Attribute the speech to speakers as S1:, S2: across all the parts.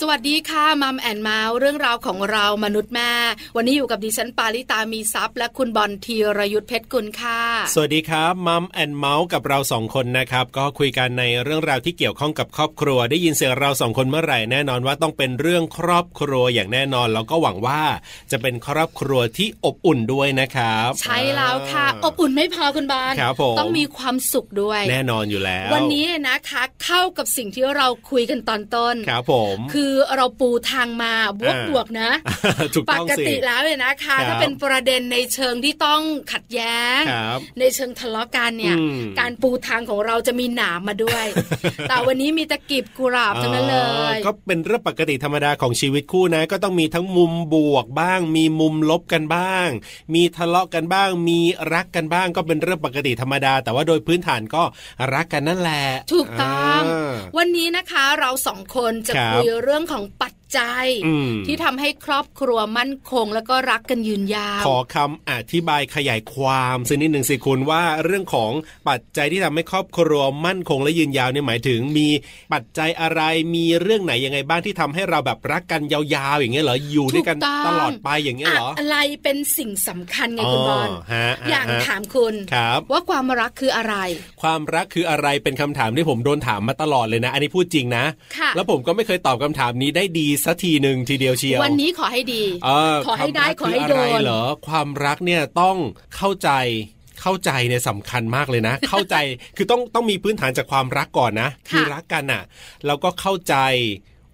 S1: สวัสดีค่ะมัมแอนเมาส์เรื่องราวของเรามนุษย์แม่ วันนี้อยู่กับดิฉันปาริตามีซัพ์และคุณบอลธีรยุทธเพชรกุลค่ะ
S2: สวัสดีครับมัมแอนเมาส์กับเราสองคนนะครับ ก็คุยกันในเรื่องราวที่เกี่ยวข้องกับครอบครัว ได้ยินเสียงเราสองคนเมื่อไหร่แน่นอนว่าต้องเป็นเรื่องครอบครัวอย่างแน่นอนแล้วก็หวังว่าจะเป็นครอบครัวที่อบอุ่นด้วยนะครับ
S1: ใช่แล้วค่ะ
S2: า
S1: อบอุ่นไม่พอคุณบอล
S2: ครับผม
S1: ต้องมีความสุขด้วย
S2: แน่นอนอยู่แล้ว
S1: วันนี้เนี่ยนะคะเข้ากับสิ่งที่เราคุยกันตอนต้น
S2: ครับผม
S1: คือเราปูทางมาบวก
S2: อ่า
S1: บวกๆนะ
S2: ถูก
S1: ป
S2: ต้อง
S1: ก
S2: สิ
S1: ติแล้วเนี่ยนะคะ
S2: ครับ
S1: ถ้าเป็นประเด็นในเชิงที่ต้องขัดแย้ง
S2: ครับ
S1: ในเชิงทะเลาะกันเนี่ย
S2: อืม
S1: การปูทางของเราจะมีหนามมา ด้วย แต่วันนี้มีตะกิบกุหลาบทั้งนั้นเล
S2: อ่าย ก็เป็นเรื่องปกติธรรมดาของชีวิตคู่นะ ก็ต้องมีทั้งมุมบวกบ้าง มีมุมลบกันบ้าง มีทะเลาะกันบ้าง มีรักกันบ้าง ก็เป็นเรื่องปกติธรรมดา แต่ว่าโดยพื้นฐานก็รักกันนั่นแหละ
S1: ถูกต้อง
S2: า
S1: วันนี้นะคะเราสองคนจะ
S2: ครับ
S1: คุยเรื่องของปัจจัย
S2: อืม
S1: ที่ทำให้ครอบครัวมั่นคงแล้วก็รักกันยืนยาว
S2: ขอคำอธิบายขยายความสักนิดหนึ่งสิคุณว่าเรื่องของปัจจัยที่ทำให้ครอบครัวมั่นคงและยืนยาวเนี่ยหมายถึง มีปัจจัยอะไรมีเรื่องไหนยังไงบ้างที่ทำให้เราแบบรักกันยาวๆ อย่างเงี้ยเหรออยู่ด้วยกัน
S1: ถูกต้อง
S2: ตลอดไปอย่างเงี้ยเหรอ
S1: อะไรเป็นสิ่งสำคัญไงคุณบอล
S2: ฮะฮะ
S1: อย่าง
S2: ฮะ
S1: ถามคุณ
S2: ครับ
S1: ว่าความรักคืออะไร
S2: ความรักคืออะไรเป็นคำถามที่ผมโดนถามมาตลอดเลยนะ อันนี้พูดจริงนะ
S1: ค่ะ
S2: แล้วผมก็ไม่เคยตอบคำถามนี้ได้ดีสักทีหนึ่งทีเดียวเชียว
S1: วันนี้ขอให้ดี
S2: เออ
S1: ขอให้ได้ขอ
S2: ความรัก
S1: ให้
S2: คื
S1: โด
S2: ไร
S1: น
S2: เหรอความรักเนี่ยต้องเข้าใจเข้าใจเนี่ยสำคัญมากเลย นะ เข้าใจคือต้องต้องมีพื้นฐานจากความรักก่อนนะ
S1: ค่ะ
S2: อรักกันอ่ะแล้วก็เข้าใจ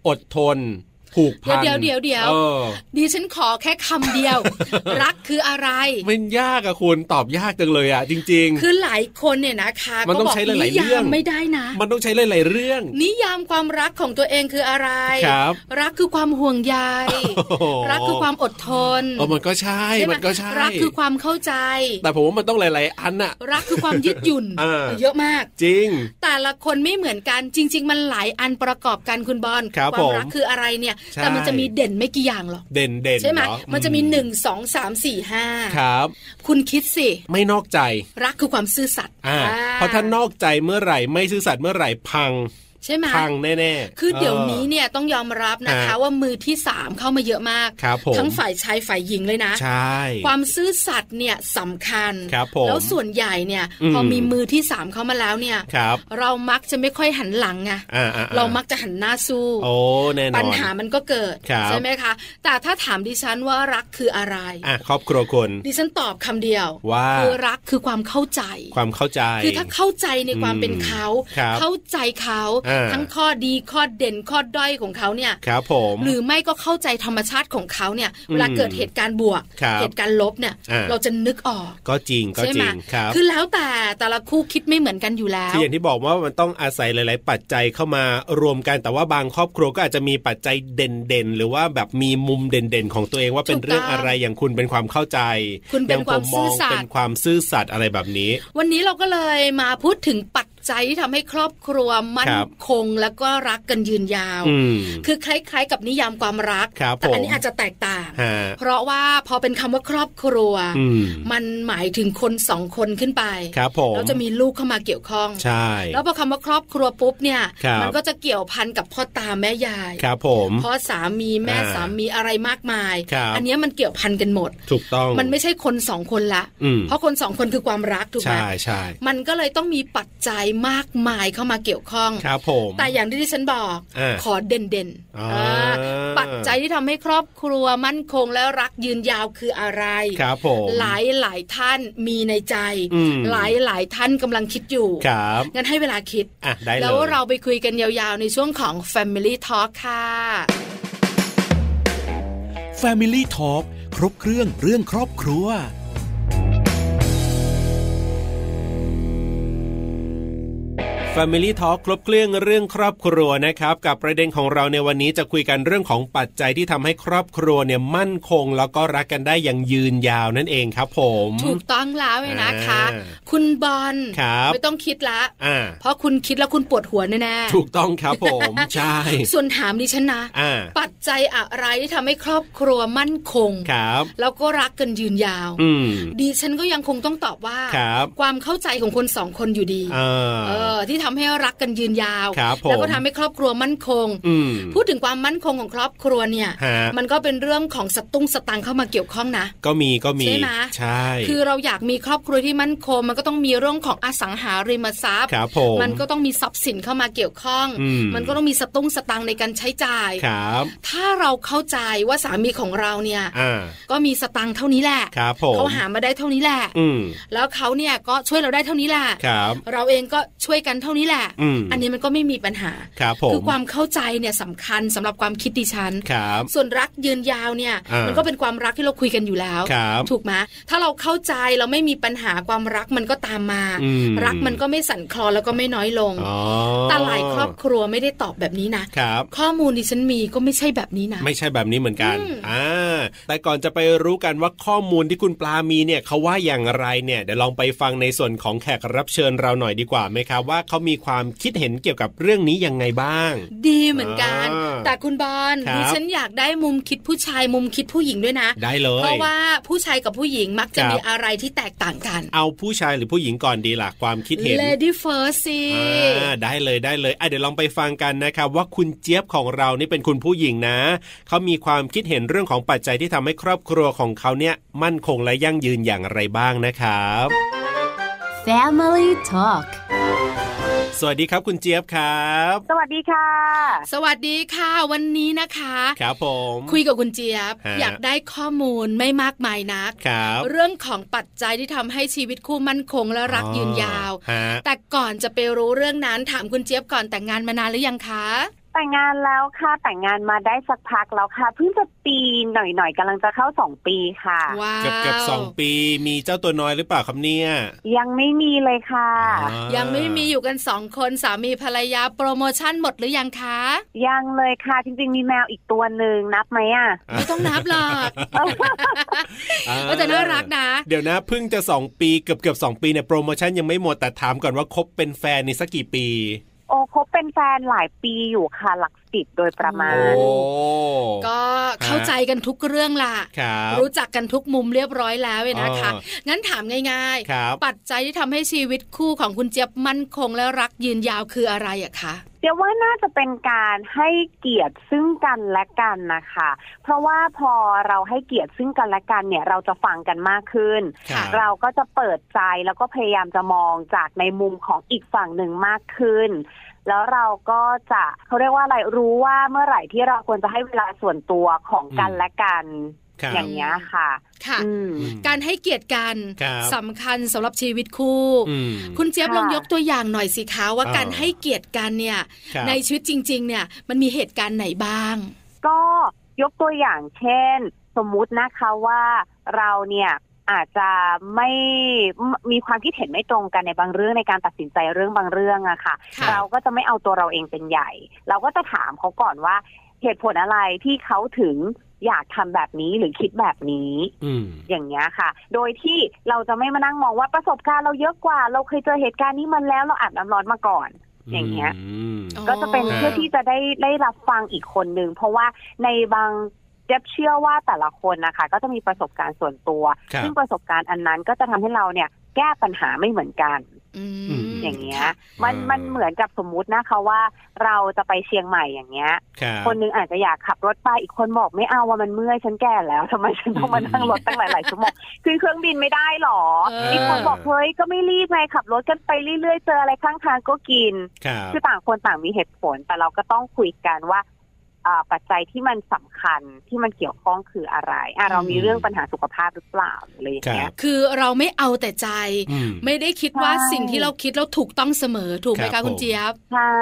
S2: อดทนผูกพัน
S1: เดี๋ยวเดี๋ยวเดี๋ยว
S2: ออ
S1: ดิฉันขอแค่คำเดี ยว รักคืออะไร
S2: มันยากอะคุณตอบยากจังเลยอะจริง ๆ
S1: คือหลายคนเนี่ยนะคะ
S2: มันต้อง
S1: ก็บก
S2: ใช้หลายๆ
S1: นิ
S2: เรื่
S1: ยา
S2: อง
S1: มไม่ได้นะ
S2: มันต้องใช้หลายๆเรื่อง
S1: นิยามความรักของตัวเองคืออะไร
S2: ครับ
S1: กคือความห่วงใย
S2: โอ้โห
S1: รักคือความอดทน
S2: เออมันก็ใช่
S1: ใช่ไห
S2: มันก็ใช่
S1: รักคือความเข้าใจ
S2: แต่ผมว่ามันต้องหลาย ๆ อันอะ
S1: รักคือความยืดหยุ่น
S2: เออ
S1: เยอะมาก
S2: จริง
S1: แต่ละคนไม่เหมือนกันจริง ๆ มันหลายอันประกอบกันคุณบอล
S2: ครับ
S1: ความ
S2: ผม
S1: รักคืออะไรเนี่ย
S2: ใช่
S1: แต่มันจะมีเด่นไม่กี่อย่างหรอก
S2: เด่นเด่น
S1: ใช่ไหม
S2: เรอ
S1: มันจะมี
S2: อื
S1: หนึ่งสองสามสี่ห้า
S2: ครับ
S1: คุณคิดสิ
S2: ไม่นอกใจ
S1: รักคือความซื่อสัตย์
S2: อ่า
S1: อ่
S2: เพราะถ้านอกใจเมื่อไหร่ไม่ซื่อสัตย์เมื่อไหร่พัง
S1: ใช่ไหม
S2: พังแน่ๆ
S1: คือเดี๋ยว
S2: ออ
S1: นี้เนี่ยต้องยอมรับนะคะ
S2: ฮะ
S1: ว่ามือที่สามเข้ามาเยอะมาก
S2: ครับผม
S1: ทั้งฝ่ายชายฝ่ายหญิงเลยนะ
S2: ใช่
S1: ความซื่อสัตย์เนี่ยสำคัญ
S2: ครับผม
S1: แล้วส่วนใหญ่เนี่ย
S2: อืม
S1: พอมีมือที่สามเข้ามาแล้วเนี่ย
S2: ครับ
S1: เรามักจะไม่ค่อยหันหลังไง
S2: อ่าอ่
S1: เรามักจะหันหน้าสู้
S2: โอ้แน่นอน
S1: ปัญหามันก็เกิด
S2: ครับ
S1: ใช่ไหมคะ แต่ถ้าถามดิฉันว่ารักคืออะไร
S2: อ่ะครอบครัวคน
S1: ดิฉันตอบคำเดียว
S2: ว่า
S1: คือรักคือความเข้าใจ
S2: ความเข้าใจ
S1: คือถ้าเข้าใจในความเป็นเขา
S2: ครับ
S1: เข้าใจเขา
S2: อ่า
S1: ทั้งข้อดีข้อเด่นข้อด้อยของเขาเนี่ย
S2: ครับผม
S1: หรือไม่ก็เข้าใจธรรมชาติของเขาเนี่ยเวลา
S2: อืม
S1: เกิดเหตุการณ์บวก
S2: ครับ
S1: เหตุการณ์ลบเนี่ย
S2: อ่า
S1: เราจะนึกออก
S2: ก็จริงก็
S1: ใช่
S2: จ
S1: ไหม
S2: ริงครับ
S1: คือแล้วแต่แต่ละคู่คิดไม่เหมือนกันอยู่แล้ว
S2: ที่อย่างที่บอกว่ามันต้องอาศัยหลาย ๆ ปัจจัยเข้ามารวมกันแต่ว่าบางครอบครัวก็อาจจะมีปัจจัยเด่น ๆ หรือว่าแบบมีมุมเด่น ๆ ของตัวเองว่าเป็น
S1: ถูกต้อง
S2: เรื่องอะไรอย่างคุณเป็นความเข้าใจ
S1: คุณเป็น
S2: อย่าง
S1: ค
S2: ผม
S1: วาม
S2: มอง
S1: ซื่อสัตย์
S2: เป็นความซื่อสัตย์อะไรแบบนี้
S1: วันนี้เราก็เลยมาพูดถึงปัจจัยที่ทำให้ครอบครัวมั่น
S2: ครับ
S1: คงแล้วก็รักกันยืนยาว
S2: อืม
S1: คือคล้าย ๆ กับนิยามความรัก
S2: ครับ
S1: แต่อัน
S2: ผม
S1: นี้อาจจะแตกต่าง
S2: ฮะ
S1: เพราะว่าพอเป็นคำว่าครอบครัว
S2: อืม
S1: มันหมายถึงคนสองคนขึ้นไป
S2: ครับผม
S1: แล้วจะมีลูกเข้ามาเกี่ยวข้อง
S2: ใช่
S1: แล้วพอคำว่าครอบครัวปุ๊บเนี่ย
S2: ครับ
S1: มัก็จะเกี่ยวพันกับพ่อตาแม่ยาย
S2: ครับผม
S1: พ่อสามีแม่
S2: อ่า
S1: สามีอะไรมากมาย
S2: ครับ
S1: อัเนี้ยมันเกี่ยวพันกันหมด
S2: ถูกต้อง
S1: มันไม่ใช่คนสองคนละ
S2: อืม
S1: เพราะคนสองคนคือความรักถูกไหม
S2: ใช่ใช่
S1: มันก็เลยต้องมีปัจจัยมากมายเข้ามาเกี่ยวข้อง
S2: ครับผม
S1: แต่อย่างที่ดิฉันบอก
S2: อ่า
S1: ขอเด่นเด่นๆ
S2: อ่า
S1: อ่าปัจจัยที่ทำให้ครอบครัวมั่นคงและรักยืนยาวคืออะไร
S2: ครับผม
S1: หลายหลายๆท่านมีในใจ
S2: อืม
S1: หลายหลายๆท่านกำลังคิดอยู่
S2: ครับ
S1: งั้นให้เวลาคิด
S2: อ่ะได้เลย
S1: แล้วเราไปคุยกันยาวๆ ในช่วงของ Family Talk ค่ะ
S3: Family Talk ครบเครื่องเรื่องครอบครัว
S2: f Family Talk ครบเครื่องเรื่องครอบครัวนะครับ กับประเด็นของเราในวันนี้จะคุยกันเรื่องของปัจจัยที่ทำให้ครอบครัวเนี่ยมั่นคง แล้วก็รักกันได้อย่างยืนยาวนั่นเองครับผม
S1: ถูกต้องแล้วเลยนะคะ
S2: อ่า
S1: คุณบอล
S2: ครับ
S1: ไม่ต้องคิดละ
S2: อ่า
S1: เพราะคุณคิดแล้วคุณปวดหัวแน่ๆ
S2: ถูกต้องครับผม ใช่
S1: ส่วนถามดิฉันนะ
S2: อ่า
S1: ปัจจัยอะไรที่ทำให้ครอบครัวมั่นคง
S2: ครับ
S1: แล้วก็รักกันยืนยาว
S2: อืม
S1: ดิฉันก็ยังคงต้องตอบว่า
S2: ครับ
S1: ความเข้าใจของคนสองคนอยู่ดี
S2: อ่า
S1: เออที่ทำให้รักกันยืนยาว
S2: ครับผม
S1: แล้วก็ทำให้ครอบครัวมั่นคง
S2: อืม
S1: พูดถึงความมั่นคงของครอบครัวเนี่ย
S2: ฮะ
S1: มันก็เป็นเรื่องของสตุ้งสตังเข้ามาเกี่ยวข้องนะ
S2: ก็มีก็มี
S1: ใช่ไหม
S2: ใช่
S1: คือเราอยากมีครอบครัวที่มั่นคง มันก็ต้องมีเรื่องของอสังหาริมทรัพย์
S2: ครับผม
S1: มันก็ต้องมีทรัพย์สินเข้ามาเกี่ยวข้อง
S2: อืม
S1: นก็ต้องมีสตุ้งสตังในการใช้จ่าย
S2: ครับ
S1: ถ้าเราเข้าใจว่าสามีของเราเนี่ย
S2: อ่า
S1: ก็มีสตังค์เท่านี้แหละ
S2: ครับผม
S1: เขาหามาได้เท่านี้แหละ
S2: อืม
S1: แล้วเขาเนี่ยก็ช่วยเราได้เท่านี้แหละ
S2: ครับ
S1: เราเองก็ช่วยกันเท่านี้แหละ
S2: อืม
S1: นนี้มันก็ไม่มีปัญหา
S2: ครับผม
S1: คือความเข้าใจเนี่ยสำคัญสำหรับความคิดดิฉัน
S2: ครับ
S1: ส่วนรักยืนยาวเนี่ย
S2: อ่ามั
S1: มันก็เป็นความรักที่เราคุยกันอยู่แล้ว
S2: ครับ
S1: ถูกไหมถ้าเราเข้าใจเราไม่มีปัญหาความรักมันก็ตามมา
S2: อืม
S1: รักมันก็ไม่สั่นคลอนแล้วก็ไม่น้อยลง
S2: อ๋อ
S1: แต่หลายครอบครัวไม่ได้ตอบแบบนี้นะ
S2: ครับ
S1: ข้อมูลดิฉันมีก็ไม่ใช่แบบนี้นะ
S2: ไม่ใช่แบบนี้เหมือนกัน
S1: อืม
S2: อ่า แต่ก่อนจะไปรู้กันว่าข้อมูลที่คุณปลามีเนี่ยเขาว่าอย่างไรเนี่ยเดี๋ยวลองไปฟังในส่วนของแขกรับเชิญเราหน่อยดีกว่าไหมครับว่าเขามีความคิดเห็นเกี่ยวกับเรื่องนี้ยังไงบ้าง
S1: ดีเหมือนกัน
S2: อ่า
S1: แต่คุณบอล
S2: ครับ
S1: ดิฉันอยากได้มุมคิดผู้ชายมุมคิดผู้หญิงด้วยนะ
S2: ได้เลย
S1: เพราะว่าผู้ชายกับผู้หญิงมักจะ
S2: ครับ
S1: มีอะไรที่แตกต่างกัน
S2: เอาผู้ชายหรือผู้หญิงก่อนดีล่ะความคิดเห็น
S1: Lady First สิ
S2: อ่าได้เลยได้เลยอ่ะเดี๋ยวลองไปฟังกันนะครับว่าคุณเจี๊ยบของเรานี่เป็นคุณผู้หญิงนะเขามีความคิดเห็นเรื่องของปัจจัยที่ทำให้ครอบครัวของเขาเนี่ยมั่นคงและยั่งยืนอย่างไรบ้างนะครับ
S4: Family Talk
S2: สวัสดีครับคุณเจี๊ยบครับ
S5: สวัสดีค่ะ
S1: สวัสดีค่ะวันนี้นะคะ
S2: ครับผม
S1: คุยกับคุณเจี๊ยบ
S2: ฮะ
S1: อยากได้ข้อมูลไม่มากมายนัก
S2: ครับ
S1: เรื่องของปัจจัยที่ทำให้ชีวิตคู่มั่นคงและรักยืนยาว
S2: ฮะ
S1: แต่ก่อนจะไปรู้เรื่องนั้นถามคุณเจี๊ยบก่อนแต่งงานมานานหรือยังคะ
S5: แต่งงานแล้วค่ะ แต่งงานมาได้สักพักแล้วค่ะ เพิ่งจะปีหน่อยๆกำลังจะเข้าสองปีค่ะ
S1: ว้าว
S2: เกือบเกือบสองปีมีเจ้าตัวน้อยหรือเปล่าครับเนี่ย
S5: ยังไม่มีเลยค่ะ
S2: อ่า
S1: ยังไม่มีอยู่กันสองคนสามีภรรยาโปรโมชั่นหมดหรือยังคะ
S5: ยังเลยค่ะ จริงๆ มีแมวอีกตัวหนึ่งนับไหมอ่ะ
S1: ไม่ต้องนับหรอก
S2: อ่
S1: ก็จะน่ารักนะ
S2: เดี๋ยวนะเพิ่งจะสองปีเกือบเกือบสองปีเนี่ยโปรโมชั่นยังไม่หมดแต่ถามก่อนว่าคบเป็นแฟนนี่สักกี่ปี
S5: โอ้คบเป็นแฟนหลายปีอยู่ค่ะหลักสิบโดยประมา
S2: โอ้
S5: ณ
S1: ก็เข้าใจกันทุกเรื่องล่ะ
S2: ครับ
S1: รู้จักกันทุกมุมเรียบร้อยแล้วเว้ยนะคะ
S2: อ๋
S1: งั้นถามง่าย
S2: ครับ
S1: ๆ ปัจจัยที่ทำให้ชีวิตคู่ของคุณเจี๊ยบมั่นคงและรักยืนยาวคืออะไรอะคะ
S5: เดี๋ยวว่าน่าจะเป็นการให้เกียรติซึ่งกันและกันนะคะ เพราะว่าพอเราให้เกียรติซึ่งกันและกันเนี่ยเราจะฟังกันมากขึ้น
S2: ครับ
S5: เราก็จะเปิดใจแล้วก็พยายามจะมองจากในมุมของอีกฝั่งหนึ่งมากขึ้น แล้วเราก็จะเขาเรียกว่าอะไรรู้ว่าเมื่อไหร่ที่เราควรจะให้เวลาส่วนตัวของกัน
S2: อืม
S5: และกัน
S2: ครับ
S5: อย่างเงี้ยค่ะ
S1: ค่ะ
S5: อืม
S1: การให้เกียรติกัน
S2: ครับ
S1: สำคัญสำหรับชีวิตคู่
S2: อืม
S1: คุณเจี๊ยบ
S5: ค่ะ
S1: ลองยกตัวอย่างหน่อยสิคะว่า
S2: อ่า
S1: การให้เกียรติกันเนี่ย
S2: ครับ
S1: ในชีวิตจริง ๆ เนี่ยมันมีเหตุการณ์ไหนบ้าง
S5: ก็ยกตัวอย่างเช่น สมมุตินะคะว่าเราเนี่ยอาจจะไม่มีความคิดเห็นไม่ตรงกันในบางเรื่องในการตัดสินใจเรื่องบางเรื่องอะค่ะ
S1: ค่ะ
S5: เราก็จะไม่เอาตัวเราเองเป็นใหญ่ เราก็จะถามเขาก่อนว่า เหตุผลอะไรที่เขาถึงอยากทำแบบนี้หรือคิดแบบนี้
S2: อืม
S5: อย่างเงี้ยค่ะ โดยที่เราจะไม่มานั่งมองว่าประสบการณ์เราเยอะกว่า เราเคยเจอเหตุการณ์นี้มันแล้วเราอาบน้ำร้อนมาก่อน อย่างเงี้ย
S1: อ๋อ
S5: ก็จะเป็น
S2: อ๋อ
S5: เพื่อที่จะได้ได้รับฟังอีกคนนึง เพราะว่าในบางเจ็บเชื่อว่าแต่ละคนนะคะ ก็จะมีประสบการณ์ส่วนตัว
S2: ครับ
S5: ซึ่งประสบการณ์อันนั้นก็จะทำให้เราเนี่ยแก้ปัญหาไม่เหมือนกัน
S1: อืม
S2: อืม
S5: อย่างเงี้ย
S1: ค่ะ
S5: มัน
S2: อ่ามั
S5: มันเหมือนกับสมมุตินะคะว่าเราจะไปเชียงใหม่อย่างเงี้ย
S2: ครับ
S5: คนนึงอาจจะอยากขับรถไปอีกคนบอกไม่เอาว่ามันเมื่อยฉันแก่แล้วทำไมฉันต้องมานั่งรถตั้งหลายๆชั่วโมงขึ้นเครื่องบินไม่ได้หรอ
S1: เ
S5: อีกคนบอกเฮ้ยก็ไม่รีบไงขับรถกันไปเรื่อยๆเจออะไรข้างทางก็กิน
S2: ครับ
S5: คือต่างคนต่างมีเหตุผลแต่เราก็ต้องคุยกันว่า เอ อ่าปัจจัยที่มันสำคัญที่มันเกี่ยวข้องคืออะไรอ่ะเรามีเรื่องปัญหาสุขภาพหรือเปล่าอะไรอย่างเงี้
S2: ค
S5: ย
S2: รับ
S1: คือเราไม่เอาแต่ใจ
S2: อืม
S1: ไม่ได้คิดว่า
S5: ใช่
S1: สิ่งที่เราคิดเราถูกต้องเสมอถูกไหม
S2: ครั
S1: คะ
S2: บ
S1: คุณ
S2: ผม
S1: เจี๊ยบ
S5: ใช่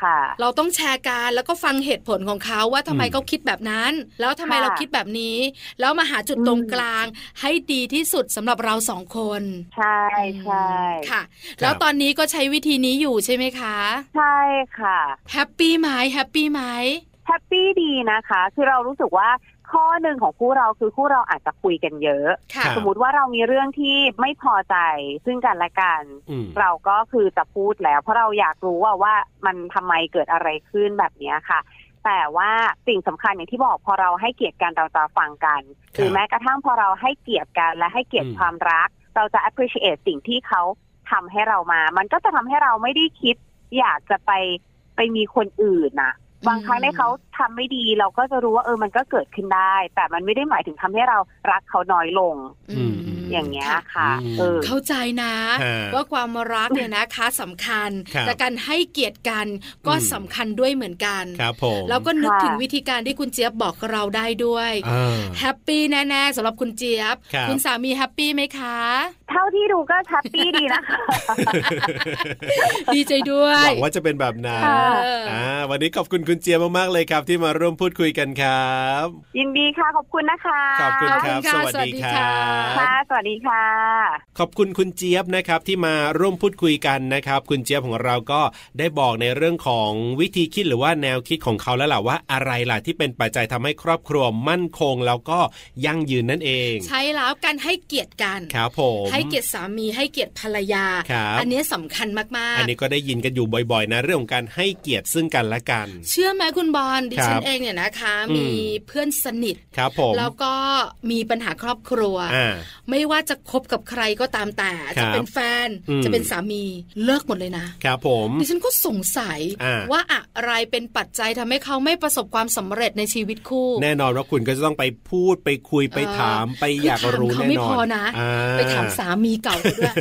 S5: ค่ะ
S1: เราต้องแชร์กันแล้วก็ฟังเหตุผลของเขาว่าทำไม
S2: อืม
S1: เขาคิดแบบนั้น แล้วทำไม
S5: ค่ะ
S1: เราคิดแบบนี้ แล้วมาหาจุดตรง
S5: อืม
S1: กลาง ให้ดีที่สุดสำหรับเราสองคน
S5: ใช่ใช่
S1: ค่ะ แล้วตอนนี้ก็ใช้วิธีนี้อยู่ใช่ไหมคะ
S5: ใช่ค่ะ
S1: แฮปปี้ไหมแฮปปี้ไหม
S5: แฮปปี้ดีนะคะ คือเรารู้สึกว่าข้อหนึ่งของคู่เราคือคู่เราอาจจะคุยกันเยอะ
S1: ค่ะ
S2: ครับ
S5: สมมติว่าเรามีเรื่องที่ไม่พอใจซึ่งกันและกัน
S2: อืม
S5: เราก็คือจะพูดแล้ว เพราะเราอยากรู้ว่าว่ามันทำไมเกิดอะไรขึ้นแบบเนี้ยค่ะ แต่ว่าสิ่งสำคัญอย่างที่บอกพอเราให้เกียรติกันเราจะฟังกัน หรือแม้กระทั่งพอเราให้เกียรติกันและให้เกียรติ
S2: อืม
S5: ความรัก เราจะ appreciate สิ่งที่เขาทำให้เรามา มันก็จะทำให้เราไม่ได้คิด อยากจะไปไปมีคนอื่นนะบางครั้ง
S1: อืม
S5: ในเขาทำไม่ดีเราก็จะรู้ว่าเออมันก็เกิดขึ้นได้ แต่มันไม่ได้หมายถึงทำให้เรารักเขาน้อยลง
S2: อืม อืม
S5: อย่างเงี้ย
S1: ค่ะ
S5: ค่ะ
S2: อืม
S5: เออ
S1: เข้าใจนะ
S2: ฮะ
S1: ว่าความรักเนี่ยนะคะสำคัญ
S2: ครับ
S1: แต่การให้เกียรติกันก็
S2: อืม
S1: สำคัญด้วยเหมือนกัน
S2: ครับผม
S1: แล้วก็นึก
S5: ค่ะ
S1: ถึงวิธีการที่คุณเจี๊ยบบอกเราได้ด้วย
S2: อ่า
S1: แฮปปี้แน่ๆสำหรับคุณเจี๊ยบ
S2: ครับ
S1: ณสามีแฮปปี้ไหมคะ
S5: เท่าที่ดูก็แฮปปี้ดีนะคะ
S1: ดีใจด้ว
S2: ห
S1: ย
S2: วังว่าจะเป็นแบบนั้น
S5: ค่ะ
S2: อ่าวันนี้ขอบคุณคุณเจียมมากๆเลยครับ ที่มาร่วมพูดคุยกันครับ
S5: ยินดีค่ะ ขอบคุณนะคะ
S2: ขอบคุณ
S1: ขอบ
S2: ค
S1: คุ
S2: รั
S1: ณ
S2: บ
S1: ค่ะ
S2: สวัส
S1: สวัส
S2: ดี
S1: ดี
S2: ค
S1: ค่ะ
S2: รับ
S5: ค่ะ สวัสดีค่ะ
S2: ขอบคุณคุณเจี๊ยบนะครับที่มาร่วมพูดคุยกันนะครับ คุณเจี๊ยบของเราก็ได้บอกในเรื่องของวิธีคิดหรือว่าแนวคิดของเขาแล้วล่ะว่าอะไรล่ะที่เป็นปัจจัยทำให้ครอบครัวมั่นคงแล้วก็ยั่งยืนนั่นเอง
S1: ใช้แล้วการให้เกียรติกัน
S2: ครับผม
S1: ให้เกียรติสามีให้เกียรติภรรยา
S2: ครับ
S1: อันเนี้ยสำคัญมากๆ
S2: อันนี้ก็ได้ยินกันอยู่บ่อยๆ นะ เรื่องของการให้เกียรติซึ่งกันและกัน
S1: เชื่อไหมคุณบอลดิฉั
S2: ครั
S1: น
S2: บ
S1: เองเนี่ยนะคะ
S2: อืม
S1: มีเพื่อนสนิท
S2: ครับผม
S1: แล้วก็มีปัญหาครอบครัว
S2: อ่า
S1: ไม่ว่าจะคบกับใครก็ตามแต่
S2: ครับ
S1: จะเป็นแฟน
S2: อืม
S1: จะเป็นสามีเลิกหมดเลยนะครับ
S2: ผม
S1: ดิฉันก็สงสัย
S2: อ่า
S1: ว่าอะไรเป็นปัจจัยทำให้เขาไม่ประสบความสำเร็จในชีวิตคู่
S2: แน่นอนว่าคุณก็จะต้องไปพูดไปคุยไปถามไป
S1: คืออย
S2: อากรู้
S1: ถามเขา
S2: แน่
S1: ไม่
S2: นอ
S1: พอน นะ
S2: อ่
S1: ไปถามสามีเก่าเขา ด้วย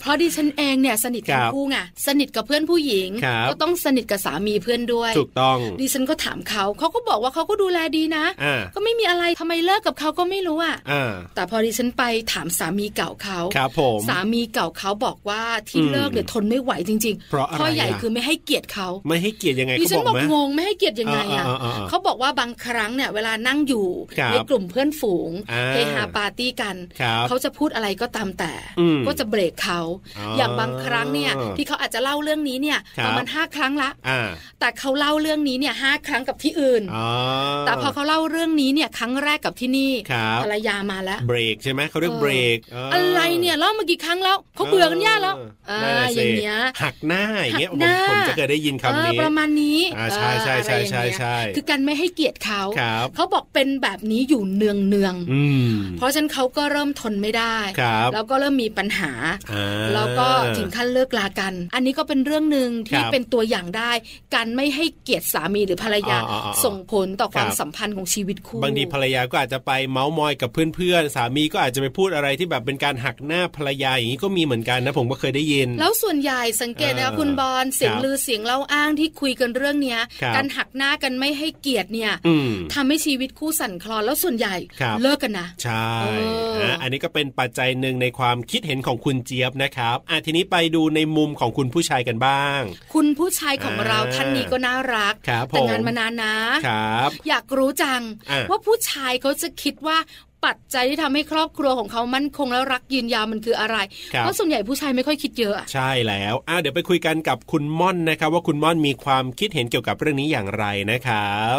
S1: เพราะดิฉันเองเนี่ยสนิท
S2: ค
S1: กั
S2: รั
S1: บบ คู่ไงสนิทกับเพื่อนผู้หญิง
S2: ครับ
S1: ก็ต้องสนิทกับสามีเพื่อนด้วย
S2: ถูกต้อง
S1: ดิฉันก็ถามเขาเขาก็บอกว่าเขาก็ดูแลดีนะ
S2: อ่า
S1: ก็ไม่มีอะไรทำไมเลิกกับเขาก็ไม่รู้อ่ะ
S2: อ่า
S1: แต่พอดิฉันไปถามสามีเก่าเขา
S2: ครับผม
S1: สามีเก่าเขาบอกว่าที่
S2: อืม
S1: เลิกเนี่ยทนไม่ไหวจริง
S2: เพราะอะไร
S1: ข้อใหญ่
S2: อะ
S1: คือไม่ให้เกียรติเขา
S2: ไม่ให้เกียรติยังไง
S1: ดิ
S2: เขา
S1: ฉัน
S2: บ
S1: บอก
S2: อกไหม
S1: งงไม่ให้เกียรติยังไงอะ
S2: อ่าอ่าอ่า
S1: เขาบอกว่าบางครั้งเนี่ยเวลานั่งอยู่
S2: ครับ
S1: ในกลุ่มเพื่อนฝูง
S2: อ่า
S1: เฮฮาปาร์ตี้กัน
S2: ครับ
S1: เขาจะพูดอะไรก็ตามแต่
S2: อืม
S1: ก็จะเบรกเขา
S2: อ๋อ
S1: อ
S2: อย่าง
S1: บางครั้งเนี่ยที่เขาอาจจะเล่าเรื่องนี้เนี่ย
S2: ครับ
S1: ประมาณห้าครั้งละ
S2: อ่า
S1: แต่เขาเล่าเรื่องนี้เนี่ยห้าครั้งกับที่อื่น
S2: อ๋อ
S1: แต่พอเขาเล่าเรื่องนี้เนี่ยครั้งแรกกับที่นี่
S2: ครับ
S1: ภรรยามาแล้ว
S2: เบรกใช่ไหมเขาเรียก
S1: เออ
S2: เบรกเ
S1: อะไรเนี่ยเล่ามากี่ครั้งแล้วเขาเบื่อกันยากแล้วอ่า
S2: นั่นน่ะ
S1: อ
S2: สิ
S1: ย่างเงี้ย
S2: หักหน้าอย่างเงี้ย
S1: หักหน้า
S2: ผมผมจะเคยได้ยินคำนี้
S1: เออประมาณนี้
S2: อ่าใช่ใช่
S1: เอออะไร
S2: ใช่
S1: อย่างเงี้ย
S2: ใช่ใช่
S1: คือการไม่ให้เกียรติเขา
S2: ครับ
S1: เขาบอกเป็นแบบนี้อยู่เนืองเนืองๆ
S2: อืม
S1: เพราะฉะนั้นเขาก็เริ่มทนไม่ได้
S2: ครับ
S1: แล้วก็เริ่มมีปัญหา
S2: อ่า
S1: แล้วก็ถึงขั้นเลิกลากัน อันนี้ก็เป็นเรื่องหนึ่งที่
S2: ครับ
S1: เป็นตัวอย่างได้ การไม่ให้เกียรติสามีหรือภรรยา
S2: อ่าอ่าอ่า
S1: ส่งผลต่อความ
S2: ครับ
S1: สัมพันธ์ของชีวิตคู่
S2: บางทีภรรยาก็อาจจะไปเมาส์มอยกับเพื่อนๆ สามีก็อาจจะไปพูดอะไรที่แบบเป็นการหักหน้าภรรยาอย่างนี้ก็มีเหมือนกันนะผมก็เคยได้ยิน
S1: แล้วส่วนใหญ่สังเกตนะคะ
S2: เออ
S1: คุณบอลเสียง
S2: ครับ
S1: ลือเสียงเล่าอ้างที่คุยกันเรื่องเนี้ย
S2: ครับ
S1: การหักหน้ากันไม่ให้เกียรติเนี่ย
S2: อืม
S1: ทำให้ชีวิตคู่สั่นคลอนแล้วส่วนใหญ่
S2: ครับ
S1: เลิกกันนะ
S2: ใช่
S1: เออ
S2: นะอันนี้ก็เป็นปัจจัยหนึ่งในความคิดเห็นของคุณเจี๊ยบนะครับอ่ะทีนี้ไปดูในมุมของคุณผู้ชายกันบ้าง
S1: คุณผู้ชายของ
S2: อ่า
S1: เราท่านนี้ก็น่ารัก
S2: ครับ
S1: แต่งงาน
S2: ผม
S1: มานานนะ
S2: ครับ
S1: อยากรู้จัง
S2: อ่า
S1: ว่าผู้ชายเขาจะคิดว่าปัจจัยที่ทำให้ครอบครัวของเขามั่นคงแล้วรักยืนยาวมันคืออะไร
S2: ครับ
S1: เพราะส่วนใหญ่ผู้ชายไม่ค่อยคิดเยอะอะ
S2: ใช่แล้วอ่ะเดี๋ยวไปคุยกันกับคุณม่อนนะครับ ว่าคุณม่อนมีความคิดเห็นเกี่ยวกับเรื่องนี้อย่างไรนะครับ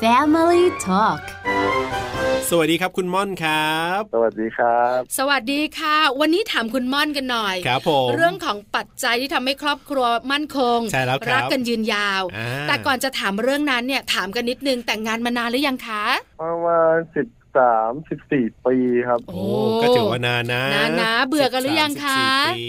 S4: Family Talk
S2: สวัสดีครับคุณม่อนครับ
S6: สวัสดีครับ
S1: สวัสดีค่ะ วันนี้ถามคุณม่อนกันหน่อย
S2: ครับผม
S1: เรื่องของปัจจัยที่ทำให้ครอบครัวมั่นคง
S2: ใช่แล้วครับ
S1: รักกันยืนยาว
S2: อ่า
S1: แต่ก่อนจะถามเรื่องนั้นเนี่ยถามกันนิดนึงแต่งงานมานานหรือยัง คะ
S6: ประมาณสิบสามสิบสี่ปีครับ
S1: โอ้
S2: โอ้ก็ถือว่านานนะ
S1: นานนะเบื่อกันหรือยังคะ
S2: 13 14ปี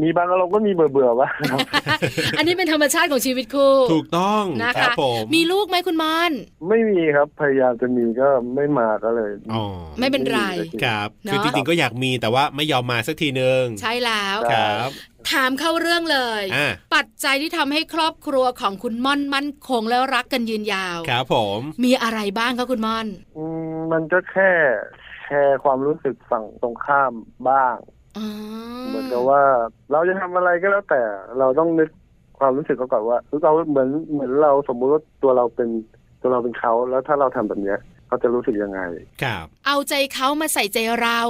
S6: มีบางอารมณ์ก็มีเบื่อเบื่อๆบ้างครับ
S1: อันนี้เป็นธรรมชาติของชีวิตคู่
S2: ถูกต้อง
S1: นะ
S2: ครั
S1: คะ
S2: บผม
S1: มีลูกไหมคุณมอน
S6: ไม่มีครับ พยายามจะมีก็ไม่มาก็เลย
S2: อ๋อ
S1: ไม่เป็นไร
S2: ครับ คือ
S1: เนอะ
S2: จริงๆก็อยากมีแต่ว่าไม่ยอมมาสักทีนึง
S1: ใช่แล้ว
S2: ครับ
S1: ถามเข้าเรื่องเลย
S2: อ่า
S1: ปัจจัยที่ทำให้ครอบครัวของคุณม่อนมั่นคงแล้วรักกันยืนยาว
S2: ครับผม
S1: มีอะไรบ้างคะคุณม่อน
S6: อืมมันก็แค่แชร์ความรู้สึกฝั่งตรงข้ามบ้าง
S1: อ๋อ
S6: เหมือนกับว่าเราจะทำอะไรก็แล้วแต่เราต้องนึกความรู้สึกเขาก่อนว่าเราเหมือนเหมือนเราสมมุติว่าตัวเราเป็นตัวเราเป็นเขาแล้วถ้าเราทำแบบเนี้ยเขาจะรู้สึกยังไง
S2: ครับ
S1: เอาใจเขามาใส่ใจเรา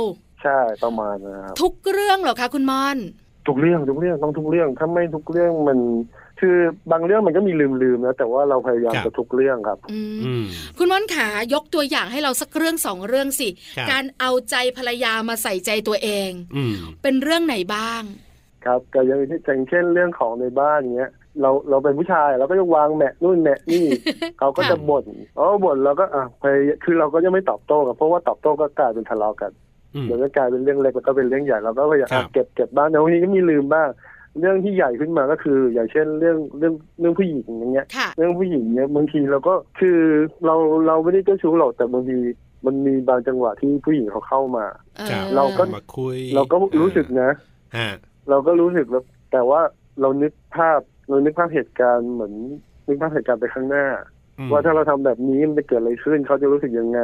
S6: ใช่ประมาณนะครับ
S1: ทุกเรื่องเหรอคะคุณม่อน
S6: ทุกเรื่องทุกเรื่องต้องทุกเรื่องถ้าไม่ทุกเรื่องมัน คือบางเรื่องมันก็มีลืมลืมๆนะแต่ว่าเราพยายาม
S2: ครับ
S6: จะทุกเรื่องครับ
S1: อืม
S2: อืม
S1: คุณม่อนขายกตัวอย่างให้เราสักเรื่องสองเรื่องสิ
S2: ครับ
S1: การเอาใจภรรยามาใส่ใจตัวเอง
S2: อืม
S1: เป็นเรื่องไหนบ้าง
S6: ครับก็อยังอย่างเช่นเรื่องของในบ้านเงี้ยเราเราเป็นผู้ชายเราก็จะวางแหมะนู่นแหมะ นี่ เขาก็จะบ่นเออบ่นเราก็อ่ะพยายคือเราก็ยังไม่ตอบโต้กันเพราะว่าตอบโต้ก็กลายเป็นทะเลาะกัน
S2: อืม
S6: เดี๋ยวก็กลายเป็นเรื่องเล็กแล้วก็เป็นเรื่องใหญ่เราก็พยายาม
S2: ครับ
S6: เก็บเก็บบ้างแต่วันนี้ก็มีลืมบ้างเรื่องที่ใหญ่ขึ้นมาก็คือ อย่างเช่นเรื่องเรื่องเรื่องผู้หญิงอย่างเงี้ย
S1: ค่ะ
S6: เรื่องผู้หญิงเนี่ยบางทีเราก็คือเราเราไม่ได้เจ้าชู้หรอกแต่บางทีมันมีบางจังหวะที่ผู้หญิงเขาเข้ามา
S1: ออ
S2: คบ
S6: เราก็
S2: มาคุย
S6: เราก็รู้สึกนะ
S2: ฮะ
S6: เราก็รู้สึกแล้วแต่ว่าเรานึกภาพเรานึกภาพเหตุการณ์เหมือนนึกภาพเหตุการณ์ไปข้างหน้า
S2: อืม
S6: ว่าถ้าเราทำแบบนี้มันจะเกิดอะไรขึ้นเขาจะรู้สึกยังไง